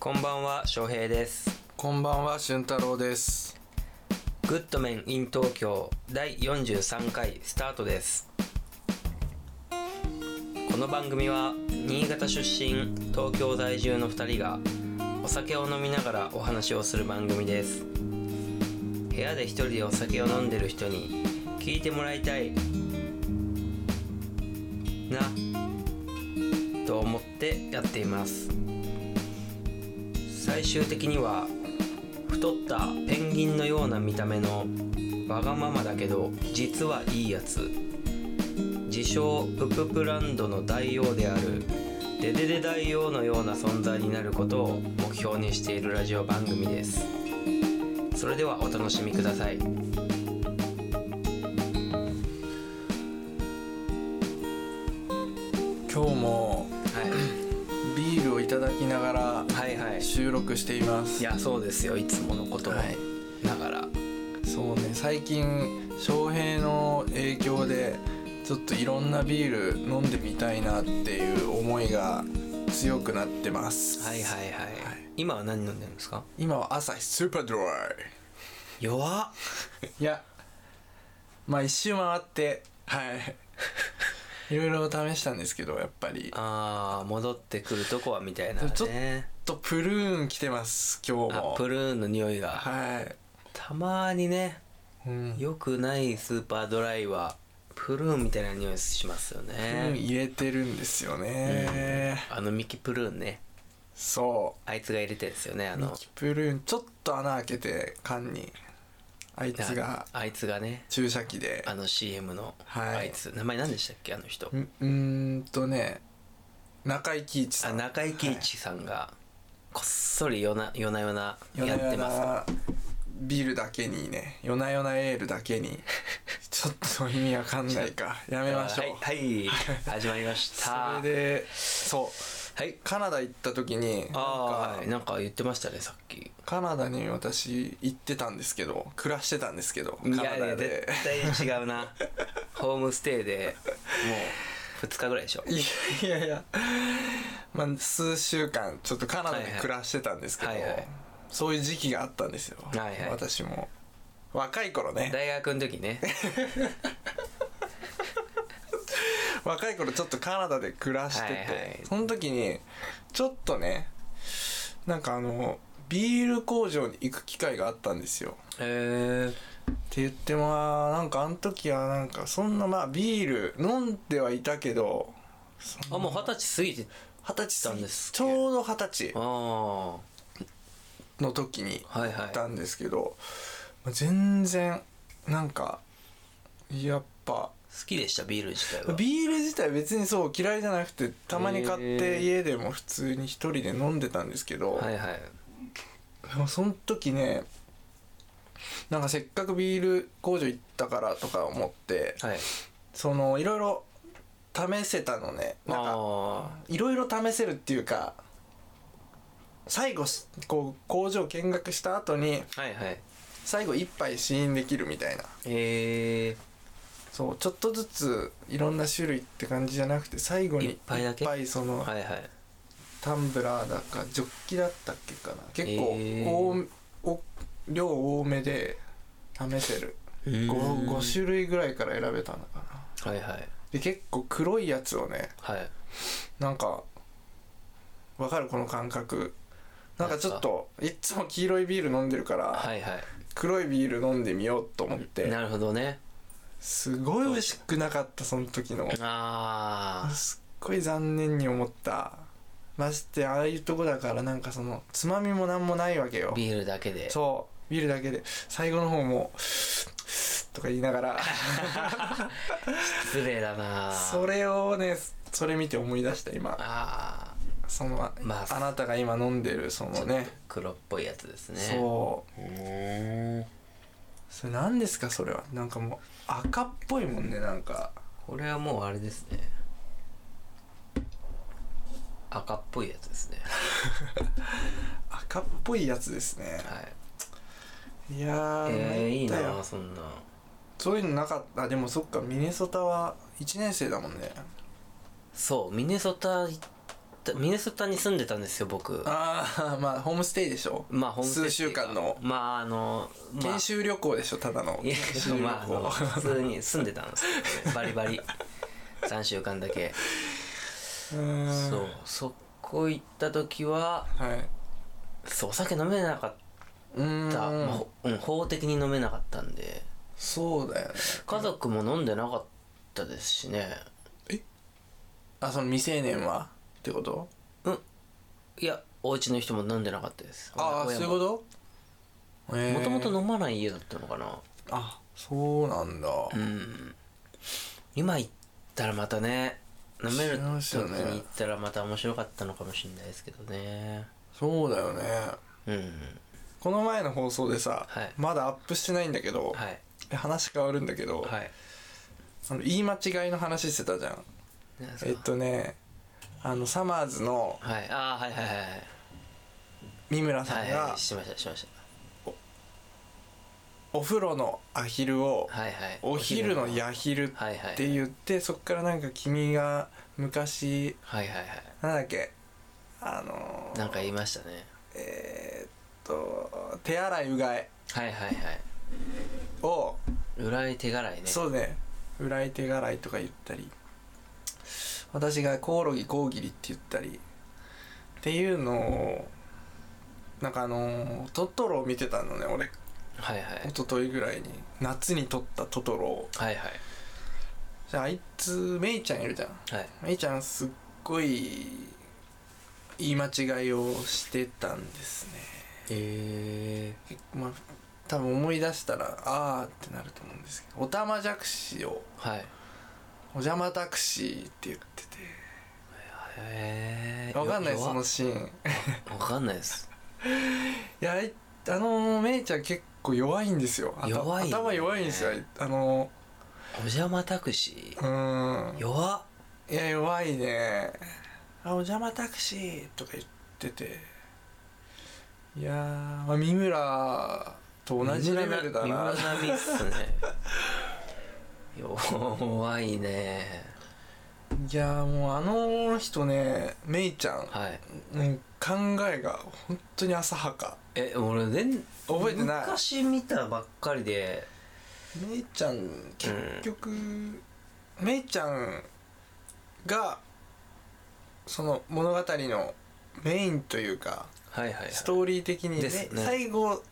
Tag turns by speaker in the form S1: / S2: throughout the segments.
S1: こんばんは翔平です
S2: こんばんは、俊太郎です。
S1: グッドメン in 東京第43回スタートですこの番組は新潟出身東京在住の2人がお酒を飲みながらお話をする番組です部屋で一人でお酒を飲んでる人に聞いてもらいたいなと思ってやっています最終的には太ったペンギンのような見た目のわがままだけど実はいいやつ自称プププランドの大王であるデデデ大王のような存在になることを目標にしているラジオ番組ですそれではお楽しみください
S2: 今日
S1: は
S2: もビールをいただきなが
S1: い、はいは
S2: ら
S1: い
S2: 収録しています。
S1: いやそうですよいつものこと
S2: は
S1: ながら、
S2: そうね、最近翔平の影響でちょっといろんなビール飲んでみたいなっていう思いが強くなってます。
S1: はいはいはい、
S2: はい
S1: 今は何飲んでるんですか
S2: 今は朝日スーパードラ
S1: 弱っ
S2: イ。いや、まあ一周回って、 はい。いろいろ試したんですけど、やっぱり。
S1: あー戻ってくるとこはみたいな
S2: ちょっ
S1: ね
S2: ちょっとプルーン来てます、今日
S1: あ
S2: も。
S1: プルーンの匂いが
S2: はい。
S1: たまにね
S2: うん
S1: 良くないスーパードライはプルーンみたいな匂いしますよ
S2: うん
S1: ね、
S2: 入れてるんですよね、
S1: あのミキプルーンね
S2: そ
S1: あいつが入れてるんですよねあ
S2: うミ
S1: の
S2: キプルーンちょっと穴開けて缶にあいつが
S1: あいつがね
S2: 注射器で
S1: あの CM の
S2: はい
S1: あいつ、名前何でしたっけあの人
S2: ううーんとね中井貴一
S1: あ
S2: さん
S1: 中井貴一さんがこっそり夜な夜な夜なや
S2: 夜な
S1: って
S2: 夜
S1: ます
S2: なビールだけにね夜な夜なエールだ けにちょっと意味わかんないかやめましょう、
S1: はい、はい、始まりました
S2: それでそう
S1: はい
S2: カナダ行った時になん
S1: ああ
S2: か
S1: ーはいなんか言ってましたねさっき
S2: カナダに私行ってたんですけど暮らしてたんですけどカ
S1: い
S2: ナ
S1: やいや
S2: ダ
S1: 絶
S2: で
S1: 対違うなホームステイでもう2日ぐらいでしょ
S2: いやいやいやまあ数週間ちょっとカナダ
S1: はい
S2: で
S1: はい
S2: 暮らしてたんですけど、
S1: はいはい
S2: そういう時期があったんですよ、
S1: はいはい
S2: 私も若い頃ね
S1: 大学の時 ね
S2: 若い頃ちょっとカナダで暮らしてて、
S1: はいはい
S2: その時にちょっとねなんかあのビール工場に行く機会があったんですよ
S1: へえ
S2: って言ってまあなんかあの時はなんかそんなまあビール飲んではいたけどそん
S1: あ
S2: な
S1: もう二十歳過ぎて
S2: 二十歳過
S1: 行った
S2: ぎ
S1: んですっけ
S2: ちょうど二十歳
S1: ああは
S2: の時に
S1: い
S2: 行った
S1: は
S2: んですけど、まあ全然なんかやっぱ
S1: い好きでしたビール自体は
S2: ビール自体別にそう嫌いじゃなくてたまに買っ
S1: へー
S2: て家でも普通に一人で飲んでたんですけど、
S1: はいはい
S2: でもその時ねなんかせっかくビール工場行ったからとか思って
S1: はい
S2: そのいろいろ試せたのねなんか
S1: あ
S2: いろいろ試せるっていうか最後しこう工場見学した後に
S1: あはいはい
S2: 最後一杯試飲できるみたいな
S1: ええ
S2: そうちょっとずついろんな種類って感じじゃなくて最後に
S1: 一杯だけ
S2: いっぱいその、
S1: はいはい
S2: タンブラーだかジョッキだったっけかな結構、
S1: へー
S2: 多お量多めで試せる 5,
S1: うん
S2: 5種類ぐらいから選べたのかな
S1: はいはい
S2: で結構黒いやつをね
S1: はい
S2: なんかわかるこの感覚なんかちょっといっつも黄色いビール飲んでるから、
S1: はいは
S2: 黒いビール飲んでみようと思っ
S1: い
S2: て
S1: なるほどね
S2: すごい美味しくなかったその時の
S1: ああ
S2: すっごい残念に思ったましてああいうとこだからなんかそのつまみもなんもないわけよ
S1: ビールだけで
S2: そうビールだけで最後の方もとか言いな がら
S1: 失礼だな
S2: それをねそれ見て思い出した今
S1: ああ
S2: その、
S1: まあ
S2: あ、なたが今飲んでるそのね
S1: 黒っぽいやつですね
S2: そう
S1: うーん
S2: それ何ですかそれはなんかもう赤っぽいもんねなんか
S1: これはもうあれですね赤っぽいやつですね
S2: 赤っぽいやつですね
S1: はい
S2: いやー、
S1: えー、いい
S2: 参ったよ
S1: なそんな
S2: そういうのなかったあでもそっかミネソタは1年生だもんね
S1: そうミネソタ行っタミネソタに住んでたんですよ僕
S2: ああまあホー ムステイでしょ
S1: まあホームステイ
S2: 数週間の
S1: まああの、まあ、
S2: 研修旅行でしょただの
S1: いや
S2: 研修旅行、
S1: まああの普通に住んでたんですけどねバリバリ3週間だけ
S2: うーん
S1: そうそこ行った時は
S2: はい
S1: そうお酒飲めなかっ
S2: うーん
S1: た、まあほうん、法的に飲めなかったんで
S2: そうだよね
S1: 家族も飲んでなかったですしね
S2: あその未成年はってこと
S1: いやお家の人も飲んでなかったです
S2: ああそういうことえ
S1: もともと
S2: の
S1: 飲まない家だったのかな
S2: あそうなんだ、
S1: うん今行ったらまたね飲める
S2: 違います
S1: 時
S2: よね
S1: に行ったらまた面白かったのかもしれないですけどね
S2: そうだよね
S1: うん
S2: この前の放送でさ、
S1: はい
S2: まだアップしてないんだけど、
S1: はい
S2: 話変わるんだけど、
S1: はい
S2: あの言い間違いの話してたじゃん
S1: 何ですか
S2: えっとねあのサマーズの
S1: はいああはいはいはい
S2: 三村さ
S1: は
S2: ん
S1: いは
S2: が
S1: いしましたしまし
S2: お風呂のアヒルを
S1: たはいはい
S2: お昼のヤヒルっ
S1: はいはい
S2: て言ってそっからなんか君が昔
S1: はいはいは
S2: なんだっけあの
S1: いなんか言いましたね
S2: えーっと手洗いうがい
S1: はいはいはい
S2: を
S1: 裏い手洗いね
S2: そうねうらい手洗いとか言ったり私がコオロギコウギリって言ったりっていうのをなんかあのートトロを見てたのね俺
S1: はいはい
S2: 一昨日ぐらいに夏に撮ったトトロを
S1: はいはい
S2: じゃああいつメイちゃんいるじゃん
S1: はい
S2: メイちゃんすっごい言い間違いをしてたんですね
S1: え
S2: 結構まあ多分思い出したらあーってなると思うんですけどおたまじゃくしを
S1: ー、はい
S2: お邪魔タクシーって言って
S1: へ
S2: てわかんないその
S1: わ
S2: シーンい
S1: かんないです
S2: やあいあのーめいちゃん結構弱いんですよ頭
S1: 弱いね
S2: 頭弱いんですよあいあの
S1: お邪魔タクシ
S2: ーうーん
S1: ー弱っ
S2: いや弱いねあお邪魔タクシーとか言ってていやー、まあ、三村と同じレベルだな
S1: 見学びっすね弱いね
S2: いやーもうあの人ねめいちゃん
S1: はい
S2: うん考えが本当に浅はか
S1: え俺全
S2: 覚えてない
S1: 昔見たばっかりで
S2: めいちゃん結局、めいちゃんがその物語のメインというか
S1: はいはいはい
S2: ストーリー的に、
S1: ですね
S2: め最後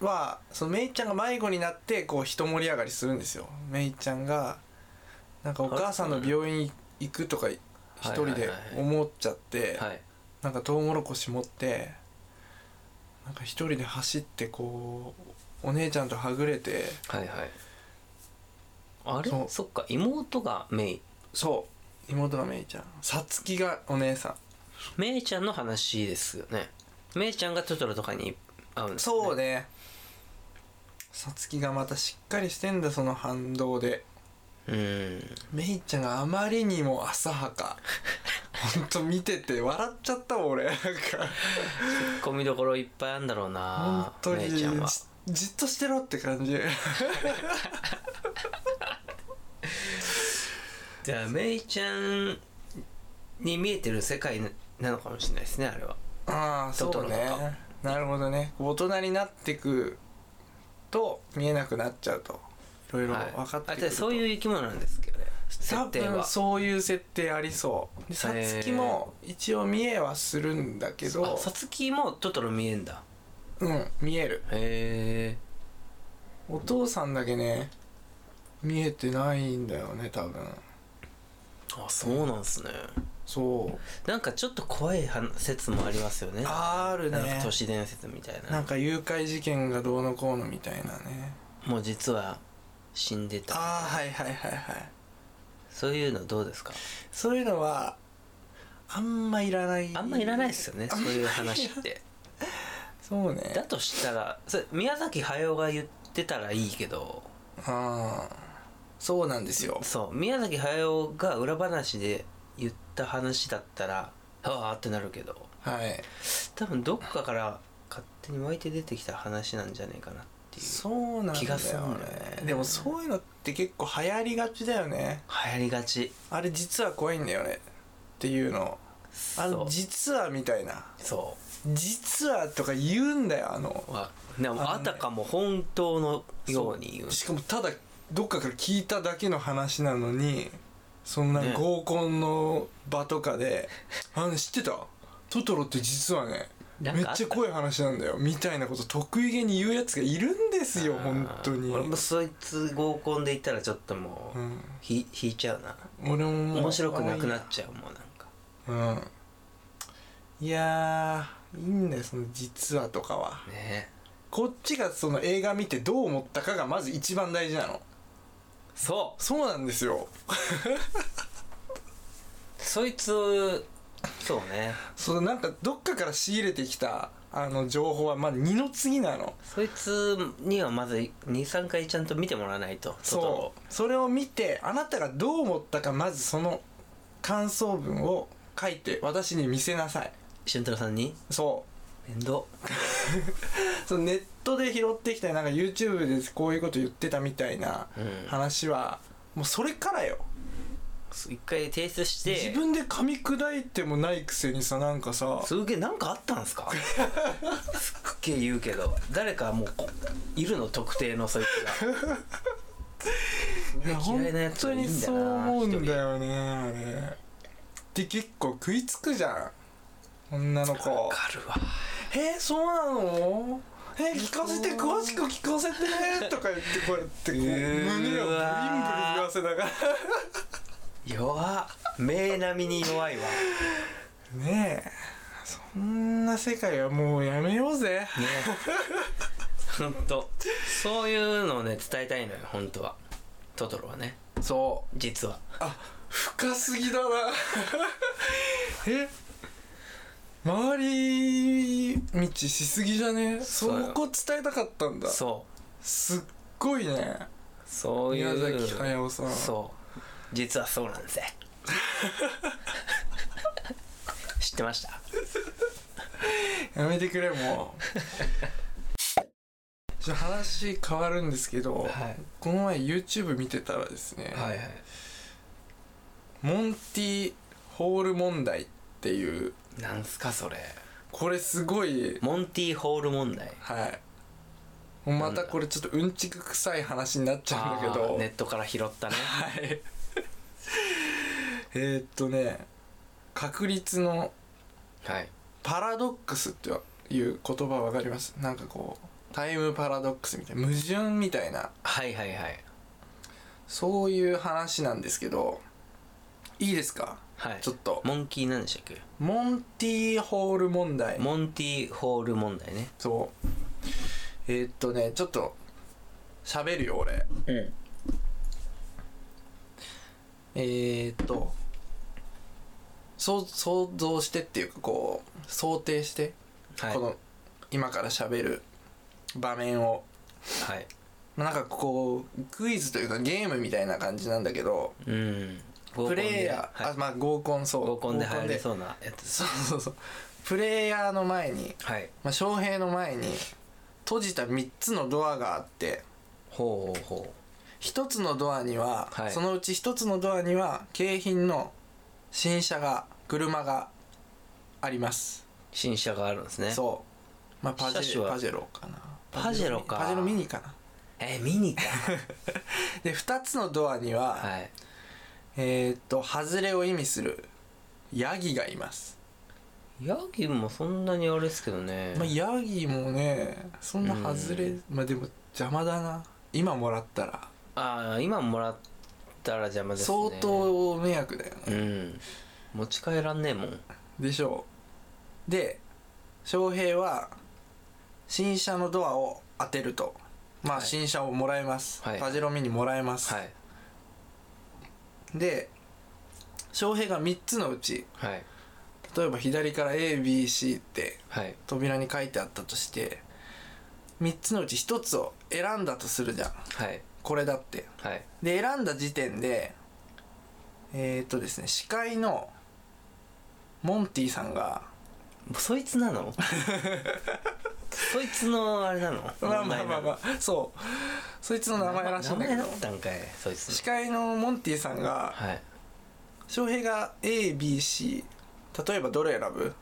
S2: はそのめいちゃんが迷子になってこう一盛り上がりするんですよめいちゃんがなんかお母さんの病院行くとか一人で思っちゃって、
S1: はい
S2: なんかトウモロコシ持ってなんか一人で走ってこうお姉ちゃんとはぐれて
S1: はいはいあれ
S2: そ
S1: そうっか妹がメイ
S2: そう妹がめいちゃんさつきがお姉さ
S1: メイちゃんの話ですよねメイちゃんがトトロとかに会うん
S2: ん
S1: ですね
S2: そうねさつきがまたしっかりしてんだその反動で
S1: うん
S2: めいちゃんがあまりにも浅は かほんと見てて笑っちゃったもん俺なんか
S1: 込みどころいっぱいあんだろう
S2: 本
S1: な
S2: 当
S1: メ
S2: に
S1: イち
S2: じ
S1: ゃんは
S2: じっとしてろって感 じ
S1: じゃあメイちゃんに見えてる世界なのかもしれないですねあれは
S2: ああそ
S1: トト
S2: う
S1: ロとか
S2: ねなるほどね大人になってくと見えなくなっちゃうといろいろ
S1: はい
S2: 分かって
S1: あ
S2: く
S1: じゃ
S2: る
S1: あ
S2: と
S1: そういう生き物なんですけどね
S2: 多
S1: 設定
S2: 分
S1: は
S2: そういう設定ありそうでさつきも一応見えはするんだけ
S1: あ
S2: ど
S1: さつきもトトロ見えんだ
S2: うん見える
S1: へ
S2: お父さんだけね見えてないんだよね多分
S1: えあそうなんすね
S2: そう
S1: なんかちょっと怖い話説もありますよね
S2: ある
S1: なんか
S2: ね
S1: 都市伝説みたいな
S2: なんか誘拐事件がどうのこうのみたいなね
S1: もう実は死んでた
S2: ああはいはいはいはい
S1: そういうのどうですか
S2: そういうのはあんまいらない
S1: あんまいらないですよねそういう話って
S2: そうね
S1: だとしたらそれ宮崎駿が言ってたらいいけど
S2: ああそうなんですよ
S1: そう宮崎駿が裏話で言った話だったらああってなるけど
S2: はい
S1: 多分どっかから勝手に湧いて出てきた話なんじゃないかなっていう
S2: そうなんだ
S1: 気がする
S2: よ
S1: んだよね
S2: ねでもそういうのって結構流行りがちだよね
S1: 流行りがち
S2: あれ実は怖いんだよねっていうのあ
S1: そ
S2: の
S1: う
S2: 実はみたいな
S1: そ
S2: 実はとか言うんだよあの
S1: うあでも
S2: あ
S1: あ
S2: のね
S1: たかも本当のように言う
S2: しかもただどっかから聞いただけの話なのにそんな
S1: ね
S2: 合コンの場とか で「あの知ってたトトロって実はね
S1: なん
S2: めっ
S1: かあた
S2: ちゃ怖い話なんだよ」みたいなこと得意げに言うやつがいるんですよ
S1: あー
S2: 本当に、
S1: 俺もそいつ合コンで行ったらちょっともう、
S2: うん、
S1: ひ引いちゃうな
S2: 俺ももう
S1: 面白くなくなっちゃうもうなんか
S2: うんいやーいいんだよその「実は」とかは
S1: ね
S2: こっちがその映画見てどう思ったかがまず一番大事なの
S1: そ
S2: そうなんですよ
S1: うそいつそうね
S2: そのなんかどっかから仕入れてきたあの情報はまあ二の次なの
S1: そいつにはまず23回ちゃんと見てもらわないと
S2: そうそれを見てあなたがどう思ったかまずその感想文を書いて私に見せなさい
S1: 俊太郎さんに
S2: そ
S1: 面倒
S2: うそのネットで拾ってきたなんか YouTube でこういうこと言ってたみたいな
S1: うん
S2: 話はもうそれからよ
S1: 一回提出して
S2: 自分で噛み砕いてもないくせにさなんかさ
S1: すげえなんかあったん すかすっげえ言うけど誰かもうこいるの特定のそいつが
S2: いや
S1: すげえ
S2: 本
S1: 嫌いなやつ
S2: 当
S1: がいい
S2: に
S1: んだ
S2: そう
S1: よな
S2: 思うんだ
S1: 一
S2: よねあれで結構食いつくじゃん女の
S1: 人わ
S2: 子
S1: かるわ
S2: えそうなのえ聞かせて詳しく聞かせてとか言ってこうやってこ
S1: う
S2: う
S1: ーわ
S2: 胸をブリンブリン言わせながら
S1: 弱っ名並みに弱いわ
S2: ねえそんな世界はもうやめようぜ
S1: ね 本当そういうのをね伝えたいのよ本当はトトロはね
S2: そう
S1: 実は
S2: あ深すぎだな え周り道しすぎじゃねそ
S1: そうよ
S2: こ伝えたかったんだ
S1: そう
S2: すっごいね
S1: そうい
S2: 宮
S1: う
S2: 崎駿さん
S1: そう実はそうなんです よ知ってました
S2: やめてくれも うちょ話変わるんですけ
S1: は
S2: ど、
S1: い
S2: この前 YouTube 見てたらですね、
S1: はいはい
S2: モンティホール問題っていう
S1: なんすかそれ
S2: これすごい
S1: モンティホール問題
S2: はいもうまたこれちょっとうんちく臭い話になっちゃうんだけ
S1: あ
S2: ど
S1: ーネットから拾ったね
S2: はい。 えーっとね、確率の
S1: はい
S2: パラドックスっていう言葉わかりますなんかこう、タイムパラドックスみたいな、矛盾みたいな、
S1: はいはいはい
S2: そういう話なんですけど、いいですか
S1: はい
S2: ちょっと。
S1: モンキーなんでしたっけ
S2: モンティホール問題。
S1: モンティホール問題ね
S2: そう。えーっとね、ちょっと、喋るよ、俺。
S1: うん
S2: えー、っと想想像してっていうかこう想定して、
S1: はい
S2: この今から喋る場面を
S1: はい
S2: まあなんかこうクイズというかゲームみたいな感じなんだけど
S1: うん合コン
S2: プ
S1: で
S2: レイヤー、
S1: はい
S2: あまあ合コンそう
S1: 合コンで入り
S2: う
S1: そうなやつです
S2: そうそうそうプレイヤーの前に、
S1: はい
S2: まあ、翔平の前に閉じた3つのドアがあって
S1: ほうほうほ
S2: 1つのドアには、
S1: はい
S2: そのうち1つのドアには景品の新車が車があります
S1: う新車があるんですね
S2: そう。まあ、パジ
S1: 車種
S2: ェ
S1: は
S2: パジェロかな。
S1: パジェロか
S2: パジェロミニかな。
S1: えー、ミニか
S2: で、2つのドアには、
S1: はい
S2: えーっと、外れを意味する、ヤギがいます。
S1: ヤギもそんなにあれですけどね、
S2: まあ、ヤギもね、そんな外れ、
S1: うん
S2: まあでも邪魔だな。今もらったら、
S1: ああ今もらったら邪魔ですね
S2: 相当迷惑だよ
S1: う
S2: ね。
S1: ん持ち帰らんねえもん
S2: でしょう。で、翔平は、新車のドアを当てると。まあ、
S1: はい
S2: 新車をもらえます。
S1: はい
S2: パジェロミニもらえます。
S1: はい
S2: で、翔平が3つのうち、
S1: はい
S2: 例えば左から ABC って
S1: はい
S2: 扉に書いてあったとして3つのうち1つを選んだとするじゃん
S1: はい
S2: これだって
S1: はい
S2: で選んだ時点でえー、っとですね司会のモンティさんが
S1: そいつな のそいつのあれなの
S2: まあまあ
S1: 問題な
S2: まあ
S1: の
S2: まあそうそいつの名前らしいんだけ
S1: 名
S2: ど
S1: 前だったんかいそいつ
S2: 司会のモンティさんが
S1: はい
S2: 翔平が ABC 例えばどれ選ぶ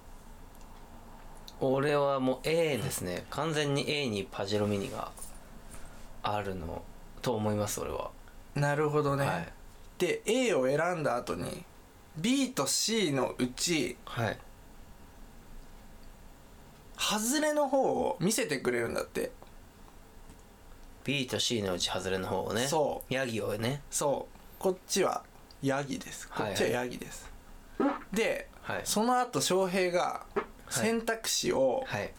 S1: 俺はもう A ですね完全に A にパジェロミニがあるのと思います俺は、
S2: なるほどね、
S1: はい
S2: で A を選んだ後に B と C のうち
S1: はい
S2: 外れの方を見せてくれるんだって
S1: B と C のうち外れの方をね
S2: そう
S1: ヤギをね
S2: そうこっちはヤギですこっちはヤギです、で
S1: はい
S2: その後翔平が
S1: い
S2: 選択肢を
S1: はい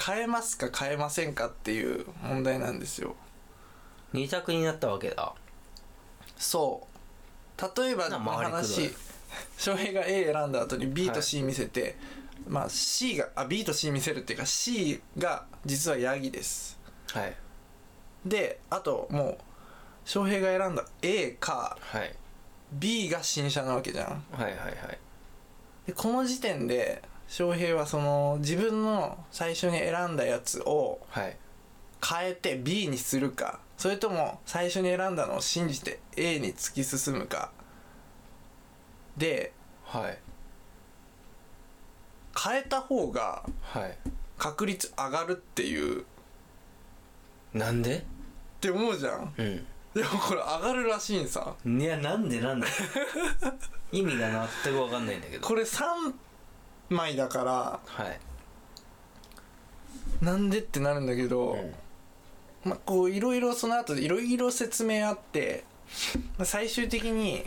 S2: 変えますか変えませんかっていう問題なんですよ
S1: 二択になったわけだ
S2: そう例えば
S1: な
S2: の
S1: 回りくどい
S2: 話翔平が A 選んだ後に B と C 見せて、まあ C があ B と C 見せるっていうか C が実はヤギです
S1: はい
S2: であともう翔平が選んだ A か
S1: はい
S2: B が新車なわけじゃん
S1: はいはいはい
S2: でこの時点で翔平はその自分の最初に選んだやつを
S1: はい
S2: 変えて B にするかそれとも最初に選んだのを信じて A に突き進むかで
S1: はい
S2: 変えた方が
S1: はい
S2: 確率上がるっていうっ
S1: なんで
S2: て思うじゃん
S1: うん
S2: でもこれ上がるらしいんさ
S1: いやなんで なんで意味が全く分かんないんだけど
S2: これ3枚だから
S1: はい、
S2: なんでってなるんだけど、まあ、こういろいろその後いろいろ説明あってまあ最終的に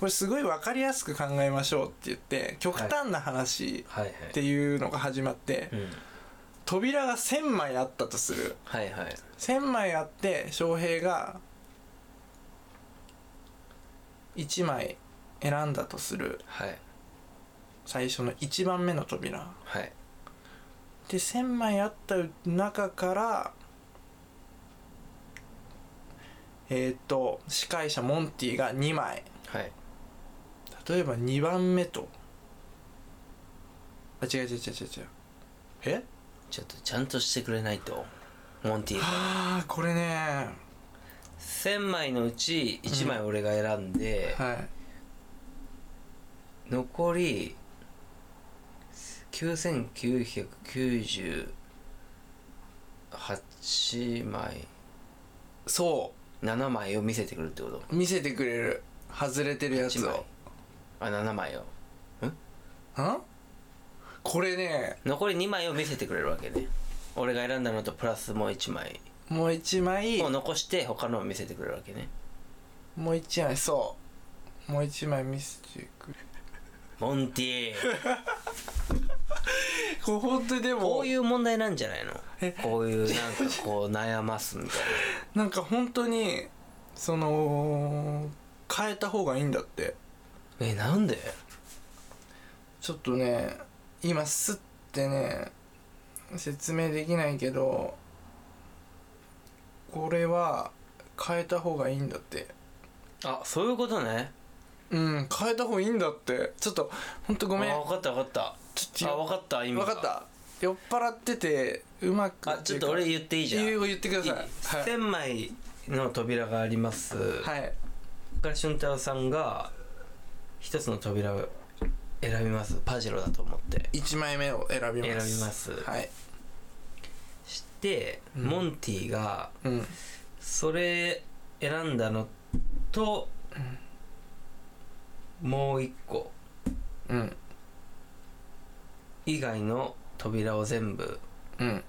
S2: これすごい分かりやすく考えましょうって言って極端な話
S1: はいはい
S2: っていうのが始まって、
S1: うん
S2: 扉が1,000枚あったとする
S1: はいはい
S2: 1,000枚あって翔平が1枚選んだとする
S1: はい
S2: 最初の1番目の扉
S1: はい
S2: で1,000枚あった中からえーっと司会者モンティが2枚
S1: はい
S2: 例えば2番目とあ違う違う違う違う違うえ
S1: ちょっとちゃんとしてくれないとモンティ
S2: ああこれね
S1: 1000枚のうち1枚俺が選んで、
S2: はい
S1: 残り9998枚
S2: そう
S1: 7枚を見せてくるってこと
S2: 見せてくれる外れてるやつ
S1: 1枚
S2: を
S1: あ7枚を
S2: んこれね
S1: 残り2枚を見せてくれるわけね俺が選んだのとプラスもう1枚
S2: もう一枚
S1: を残して他のを見せてくれるわけね
S2: もう一枚そうもう一枚見せてくれ
S1: モンティ
S2: るこれ本当にでも
S1: こういう問題なんじゃないの
S2: え
S1: こういうなんかこう悩ますみたいな
S2: なんか本当にその変えた方がいいんだって
S1: えなんで
S2: ちょっとね今すってね説明できないけどこれは変えた方がいいんだって
S1: あそういうことね
S2: うん変えた方がいいんだってちょっと本当ごめん
S1: あ分かった分かった
S2: ちょっ
S1: あ
S2: と
S1: 分かった今
S2: 分かった酔っ払っててうまく
S1: あちょっと俺言っていいじゃん
S2: 理由を言ってください
S1: 1000枚の扉があります、
S2: はい、はい、
S1: から俊太郎さんが一つの扉を選びますパジェロだと思って
S2: 1枚目を選
S1: 選
S2: び
S1: びま
S2: ます
S1: す、
S2: はい
S1: して、
S2: うん
S1: モンティが
S2: うん
S1: それ選んだのと、もう一個
S2: うん
S1: 以外の扉を全部
S2: うん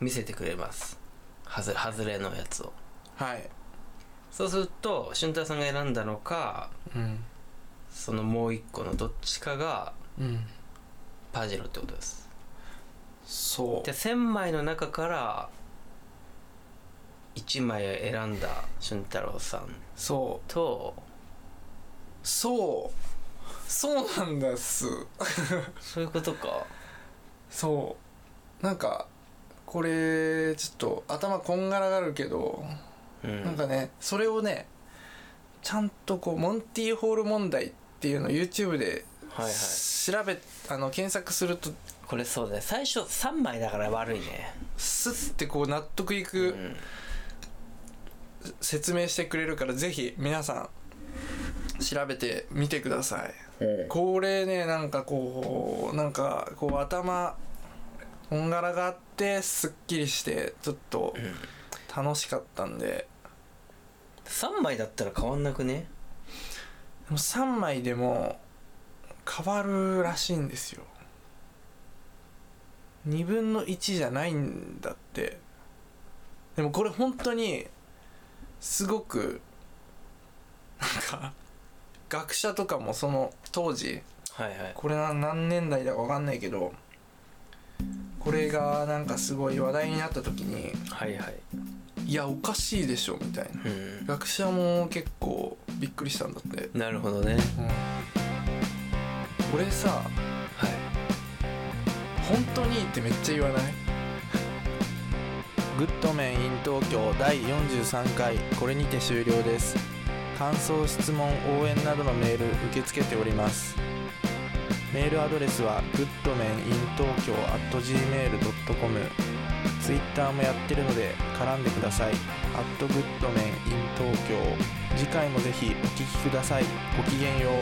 S1: 見せてくれますはず外れのやつを
S2: はい
S1: そうすると俊太さんが選んだのか
S2: うん
S1: そのもう一個のどっちかが
S2: うん
S1: パジェロってことです
S2: そ
S1: じゃあ1000枚の中から1枚選んだ俊太郎さん
S2: うそう
S1: と
S2: そうそうなんだっす
S1: そういうことか
S2: そうなんかこれちょっと頭こんがらがるけど、
S1: うん
S2: なんかねそれをねちゃんとこうモンティーホール問題っていうのを YouTube で
S1: はいはい
S2: 調べあの検索すると
S1: これそうだね最初3枚だから悪いね
S2: スッてこう納得いうく
S1: ん
S2: 説明してくれるから、ぜひ皆さん調べてみてください
S3: うん
S2: これねなんかこうなんかこう頭こんがらがってすっきりしてちょっと楽しかったんで
S1: 3枚だったら変わんなくね
S2: でも3枚でも変わるらしいんですよ2分の1じゃないんだってでもこれ本当にすごくなんか学者とかもその当時
S1: はいはい
S2: これは何年代だか分かんないけどこれがなんかすごい話題になった時に
S1: はいはい
S2: いやおかしいでしょみたいな
S1: うん
S2: 学者も結構びっくりしたんだって、
S1: なるほどね
S2: これさ
S1: はい
S2: 本当にってめっちゃ言わないグッドメン in 東京第43回これにて終了です感想質問応援などのメール受け付けておりますメールアドレスは goodmaninTokyo.gmail.com ツイッターもやってるので絡んでください「@goodmaninTokyo」次回もぜひお聴きくださいごきげんよう